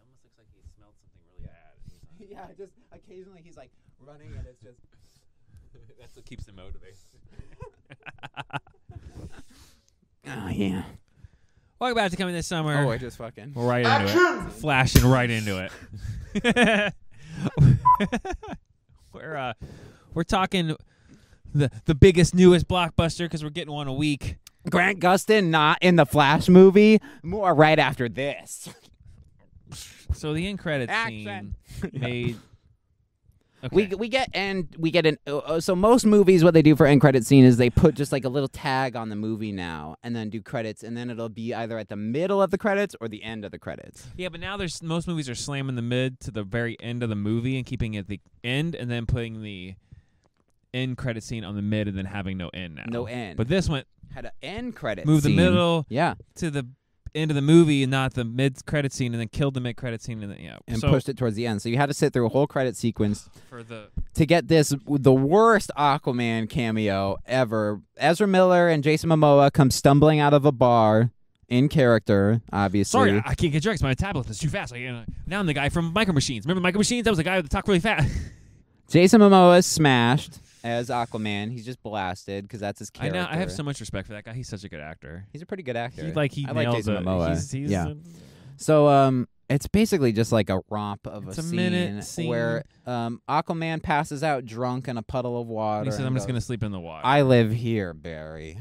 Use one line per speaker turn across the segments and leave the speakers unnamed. almost looks like he smelled something really bad. And he's like,
yeah, just occasionally he's like running and it's just
That's what keeps him motivated.
Oh yeah.
Welcome back to coming this summer.
Oh, I just fucking
We're right into it. Flashing right into it. we're uh, we're talking the the biggest newest blockbuster because we're getting one a week.
Grant Gustin not in the Flash movie. More right after this.
So the end credits
Action.
scene made. Okay.
We we get and we get an oh, oh, so most movies what they do for end credit scene is they put just like a little tag on the movie now and then do credits and then it'll be either at the middle of the credits or the end of the credits.
yeah, but now there's most movies are slamming the mid to the very end of the movie and keeping it at the end, and then putting the end credit scene on the mid, and then having no end now.
No end.
But this went
Had an end credit.
move the
scene.
middle
Yeah,
to the end of the movie and not the mid credit scene, and then killed the mid credit scene, and then yeah,
and
so
pushed it towards the end. So you had to sit through a whole credit sequence
for the
to get this the worst Aquaman cameo ever. Ezra Miller and Jason Momoa come stumbling out of a bar in character, obviously.
Sorry, I can't get drugs. My tablet's too fast. I, can't- now I'm the guy from Micro Machines. Remember Micro Machines? That was the guy that talked really fast.
Jason Momoa is smashed as Aquaman. He's just blasted because that's his
I
character.
know. I have so much respect for that guy. He's such a good actor.
He's a pretty good actor.
He like he
I like
nails
Jason
it.
Momoa.
He's, he's
yeah.
a-
So um it's basically just like a romp of
It's
a,
a minute scene.
where um Aquaman passes out drunk in a puddle of water.
he says,
and
"I'm just
goes,
gonna sleep in the water.
I live here, Barry.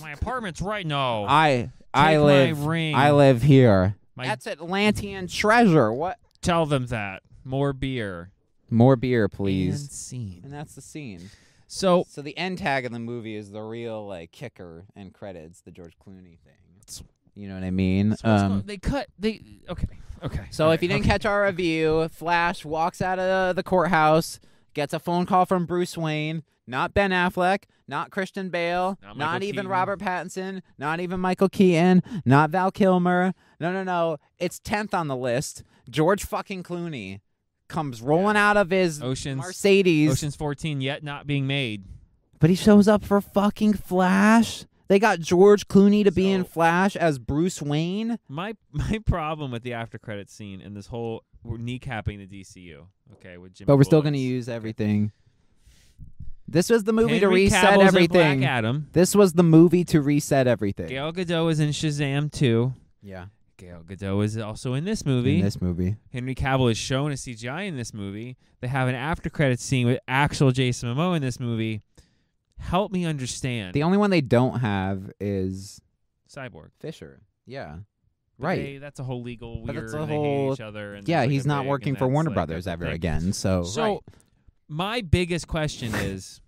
my apartment's right now.
I I
Take my
live
ring.
I live here.
My-
That's Atlantean treasure. What
Tell them that more beer,
more beer, please.
And scene.
And that's the scene.
So
So the end tag of the movie is the real like kicker and credits, the George Clooney thing. You know what I mean?
So what's going- they cut. They okay. Okay.
Um, So if you didn't catch our review, Flash walks out of the courthouse, gets a phone call from Bruce Wayne, not Ben Affleck, not Christian Bale,
Not
not,
Michael
even
Keaton.
Robert Pattinson, not even Michael Keaton, not Val Kilmer. No, no, no. It's 10th on the list. George fucking Clooney comes rolling out of his
Oceans
Mercedes,
Oceans 14 yet not being made.
but he shows up for fucking Flash. They got George Clooney to be in
So-
Flash as Bruce Wayne.
My my problem with the after credit scene and this whole we're kneecapping the DCU. Okay, with Jimmy
But we're still going to
Bullets.
use everything. This was the movie to
Henry
reset
Cavill's in
everything.
Black Adam.
This was the movie to reset everything.
Gail Godot is in Shazam 2.
Yeah.
Gail Godot is also in this movie.
In this movie.
Henry Cavill is shown as CGI in this movie. They have an after credit scene with actual Jason Momoa in this movie. Help me understand.
The only one they don't have is
Cyborg.
Fisher. Yeah.
But
Right.
they- that's a whole legal weird.
But that's a
and they hate
whole-
each other. And
yeah,
there's like
he's
a
not
big,
working
and
for
that's
Warner
like
Brothers
a
ever
thing.
again. So,
So,
Right.
my biggest question is.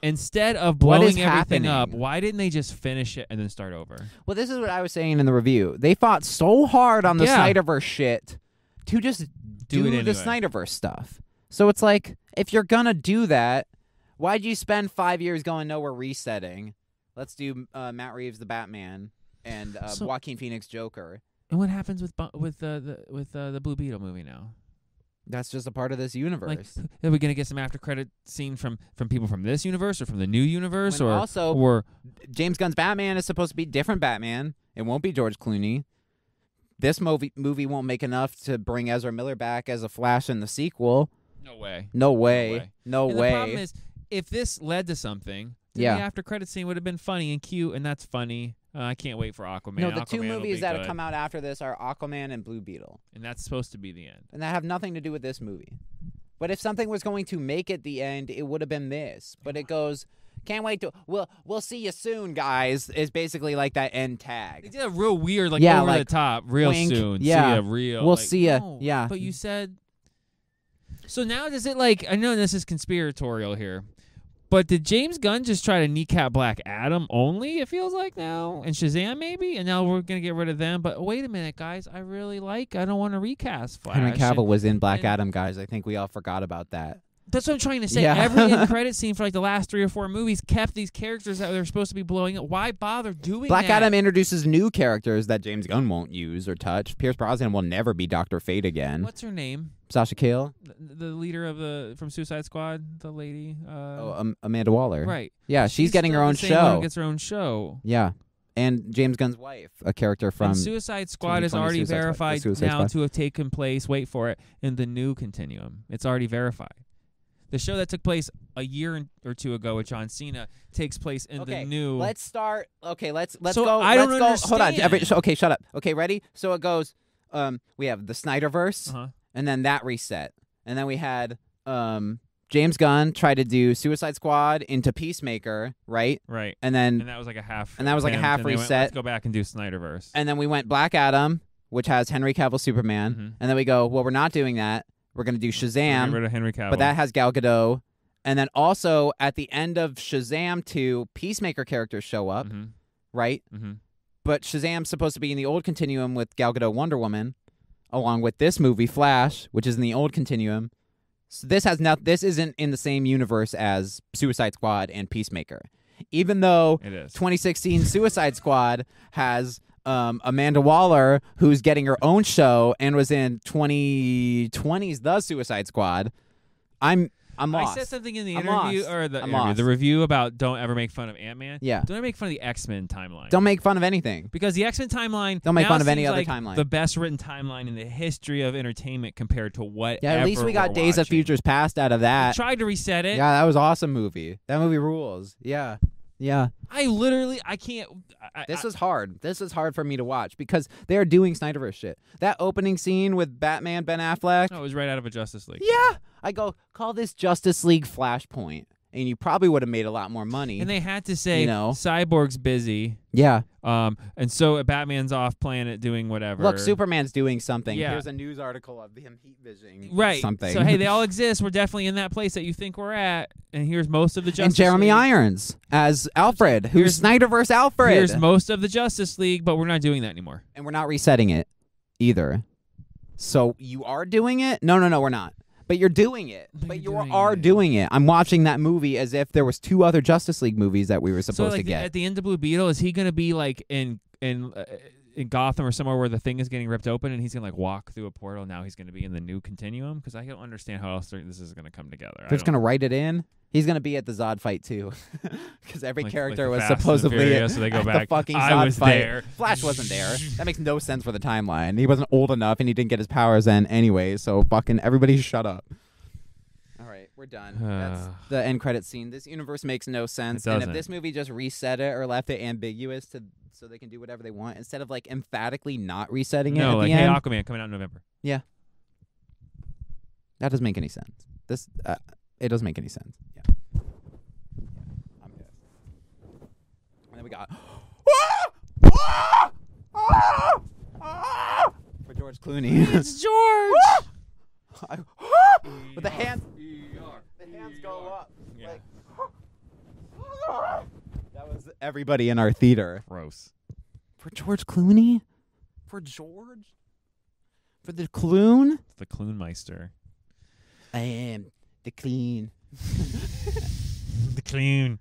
Instead of
What
blowing
is
everything up,
happening?
why didn't they just finish it and then start over?
well, this is what I was saying in the review. They fought so hard on the
Yeah.
Snyderverse shit to just
Do
do,
it
the
anyway.
Snyderverse stuff. So it's like, if you're gonna do that, why'd you spend five years going? No, we're resetting. Let's do uh, Matt Reeves the Batman and uh,
So-
Joaquin Phoenix Joker.
And what happens with bu- with uh, the with uh, the Blue Beetle movie now?
That's just a part of this universe.
Like, are we gonna get some after credit scene from from people from this universe or from the new universe
When
or
also-
or
James Gunn's Batman is supposed to be different Batman. It won't be George Clooney. This movie movie won't make enough to bring Ezra Miller back as a Flash in the sequel.
no way?
No way.
way.
No
and
way.
The problem is, if this led to something, then
Yeah.
the after credit scene would have been funny and cute, and that's funny. Uh, I can't wait for Aquaman.
no, the two
Aquaman will
movies
be
that have
good.
come out after this are Aquaman and Blue Beetle,
and that's supposed to be the end.
and that have nothing to do with this movie. But if something was going to make it the end, it would have been this. But it goes, can't wait to we'll we'll see you soon, guys. Is basically like that end
They
tag.
did a real weird, like
Yeah,
over the
like,
top, real
wink,
soon.
yeah,
see ya, real.
we'll
like,
see ya,
no,
yeah.
But you said. So now does it like? I know this is conspiratorial here, but did James Gunn just try to kneecap Black Adam only? It feels like now, and Shazam maybe, and now we're gonna get rid of them. But wait a minute, guys, I really like. I don't want to recast Flash.
Henry Cavill
And
was in Black
and-
Adam, guys. I think we all forgot about that.
That's what I'm trying to say.
Yeah.
Every end credit scene for like the last three or four movies kept these characters that they're supposed to be blowing up. Why bother doing
Black
that?
Adam introduces new characters that James Gunn won't use or touch. Pierce Brosnan will never be Doctor Fate again.
What's her name?
Sasha Cale,
the- the leader of the from Suicide Squad, the lady. Uh,
oh, um, Amanda Waller.
right.
Yeah, she's, getting her
still
own
the same one who
show.
Gets her own show.
yeah, and James Gunn's wife, a character from.
and Suicide Squad is
2020
already
Suicide Squad- the
verified
Suicide
now
Squad.
to have taken place. Wait for it in the new continuum. It's already verified. The show that took place a year and- or two ago with John Cena takes place in
okay,
the new.
Let's start. Okay, let's let's
So
go.
I don't
let's go. Hold on. Every,
understand.
sh- okay, shut up. Okay, ready? So it goes. Um, we have the Snyderverse,
uh-huh.
and then that reset, and then we had um James Gunn try to do Suicide Squad into Peacemaker, right?
Right.
And then
And that was like a half.
And that was like a
attempt,
half
and they went,
reset.
let's go back and do Snyderverse.
and then we went Black Adam, which has Henry Cavill Superman,
Mhm.
and then we go, well, we're not doing that. We're gonna do
Get
Shazam,
rid of Henry Cavill.
but that has Gal Gadot. And then also at the end of Shazam 2, Peacemaker characters show up,
hmm
right?
hmm
but Shazam's supposed to be in the old continuum with Gal Gadot Wonder Woman, along with this movie Flash, which is in the old continuum. So this has not. This isn't in the same universe as Suicide Squad and Peacemaker, even though
It is.
2016 Suicide Squad has um, Amanda Waller, who's getting her own show and was in 2020's The Suicide Squad. I'm I'm
I
lost.
said something in the
I'm
interview
lost.
or the
I'm
interview,
lost.
the review about don't ever make fun of Ant Man.
Yeah.
Don't ever make fun of the X Men timeline.
Don't make fun of anything.
because the X Men timeline
Don't make
now
fun of any
seems
other
like
timeline.
The best written timeline in the history of entertainment compared to what.
Yeah, at least we got Days of Futures Past out of that.
Tried to reset it.
Yeah, that was awesome movie. That movie rules. Yeah. Yeah.
I literally, I can't. I,
This
I,
is hard. This is hard for me to watch because they're doing Snyderverse shit. That opening scene with Batman Ben Affleck.
no, it was right out of a Justice League.
Yeah. I go, call this Justice League Flashpoint. And you probably would have made a lot more money.
And they had to say,
You know.
Cyborg's busy,
yeah.
um, and so Batman's off planet doing whatever.
Look, Superman's doing something.
Yeah.
Here's a news article of him heat visioning
Right.
something.
So hey, they all exist. We're definitely in that place that you think we're at, and here's most of the Justice
and Jeremy
League.
Irons as Alfred,
Here's-
who's Snyderverse Alfred.
Here's most of the Justice League, but we're not doing that anymore.
and we're not resetting it either. So you are doing it? No, no, no, we're not. But you're doing it.
But
But you
you're
are
doing
are
it.
doing it. I'm watching that movie as if there was two other Justice League movies that we were
So
supposed
like
to
the-
get.
at the end of Blue Beetle, is he gonna be like in in uh, in Gotham or somewhere where the thing is getting ripped open, and he's gonna like walk through a portal? Now he's gonna be in the new continuum because I don't understand how else they're- this is gonna come together. I
They're just
don't-
gonna write it in. He's gonna be at the Zod fight too, because every
like-
character
like the
was
Fast and the
supposedly
Furious, so they go
at the
back,
fucking
"I
Zod
was
fight.
there.
Flash wasn't there. That makes no sense for the timeline. He wasn't old enough, and he didn't get his powers then anyway. So fucking everybody, shut up. All right, we're done. That's
Ugh.
the end credit scene. This universe makes no sense. And if
doesn't.
this movie just reset it or left it ambiguous to so they can do whatever they want instead of like emphatically not resetting it
no,
at
like
the
hey,
end,
Aquaman coming out in November.
that doesn't make any sense. This uh, it doesn't make any sense. Yeah. I'm good. And then we got for George Clooney.
It's George.
I- With the hands, the hands go up.
Yeah.
Like, that was everybody in our theater.
Gross.
For George Clooney? For George? For the Clune?
It's the Kloonmeister.
I am the clean.
The Kloon.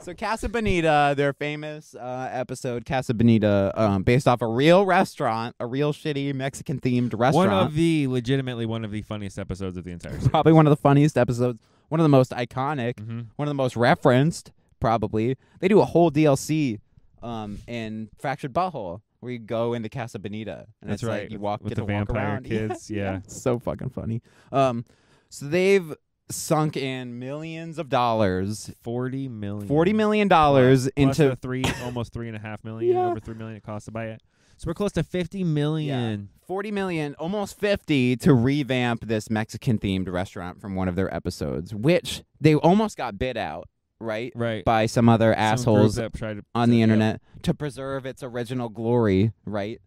So Casa Bonita, their famous uh, episode, Casa Bonita, um, based off a real restaurant, a real shitty Mexican themed
One
restaurant.
of the legitimately one of the funniest episodes of the entire series.
probably one of the funniest episodes, one of the most iconic,
Mhm.
one of the most referenced, probably. They do a whole DLC um, in Fractured Butthole where you go into Casa Bonita. And
That's
it's
right.
Like you walk,
with
get
the
to walk
vampire
around. Yeah.
kids. Yeah.
It's so fucking funny. Um, so they've sunk in millions of dollars,
Forty million.
forty million dollars
Plus the
into
three, almost three and a half million,
Yeah.
over three million it costs to buy it. So we're close to fifty million.
forty million, almost fifty, to revamp this Mexican themed restaurant from one of their episodes, which they almost got bid out, right,
Right.
by some other
Some
assholes
group that tried to-
on the
yeah.
internet to preserve its original glory, right?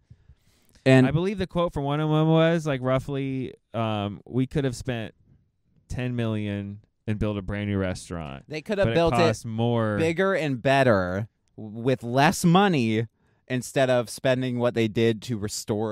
And
I believe the quote from one of them was like roughly, um, we could have spent ten million and built a brand new restaurant,
they could
but
have built
it
it
cost more.
bigger and better with less money instead of spending what they did to restore it.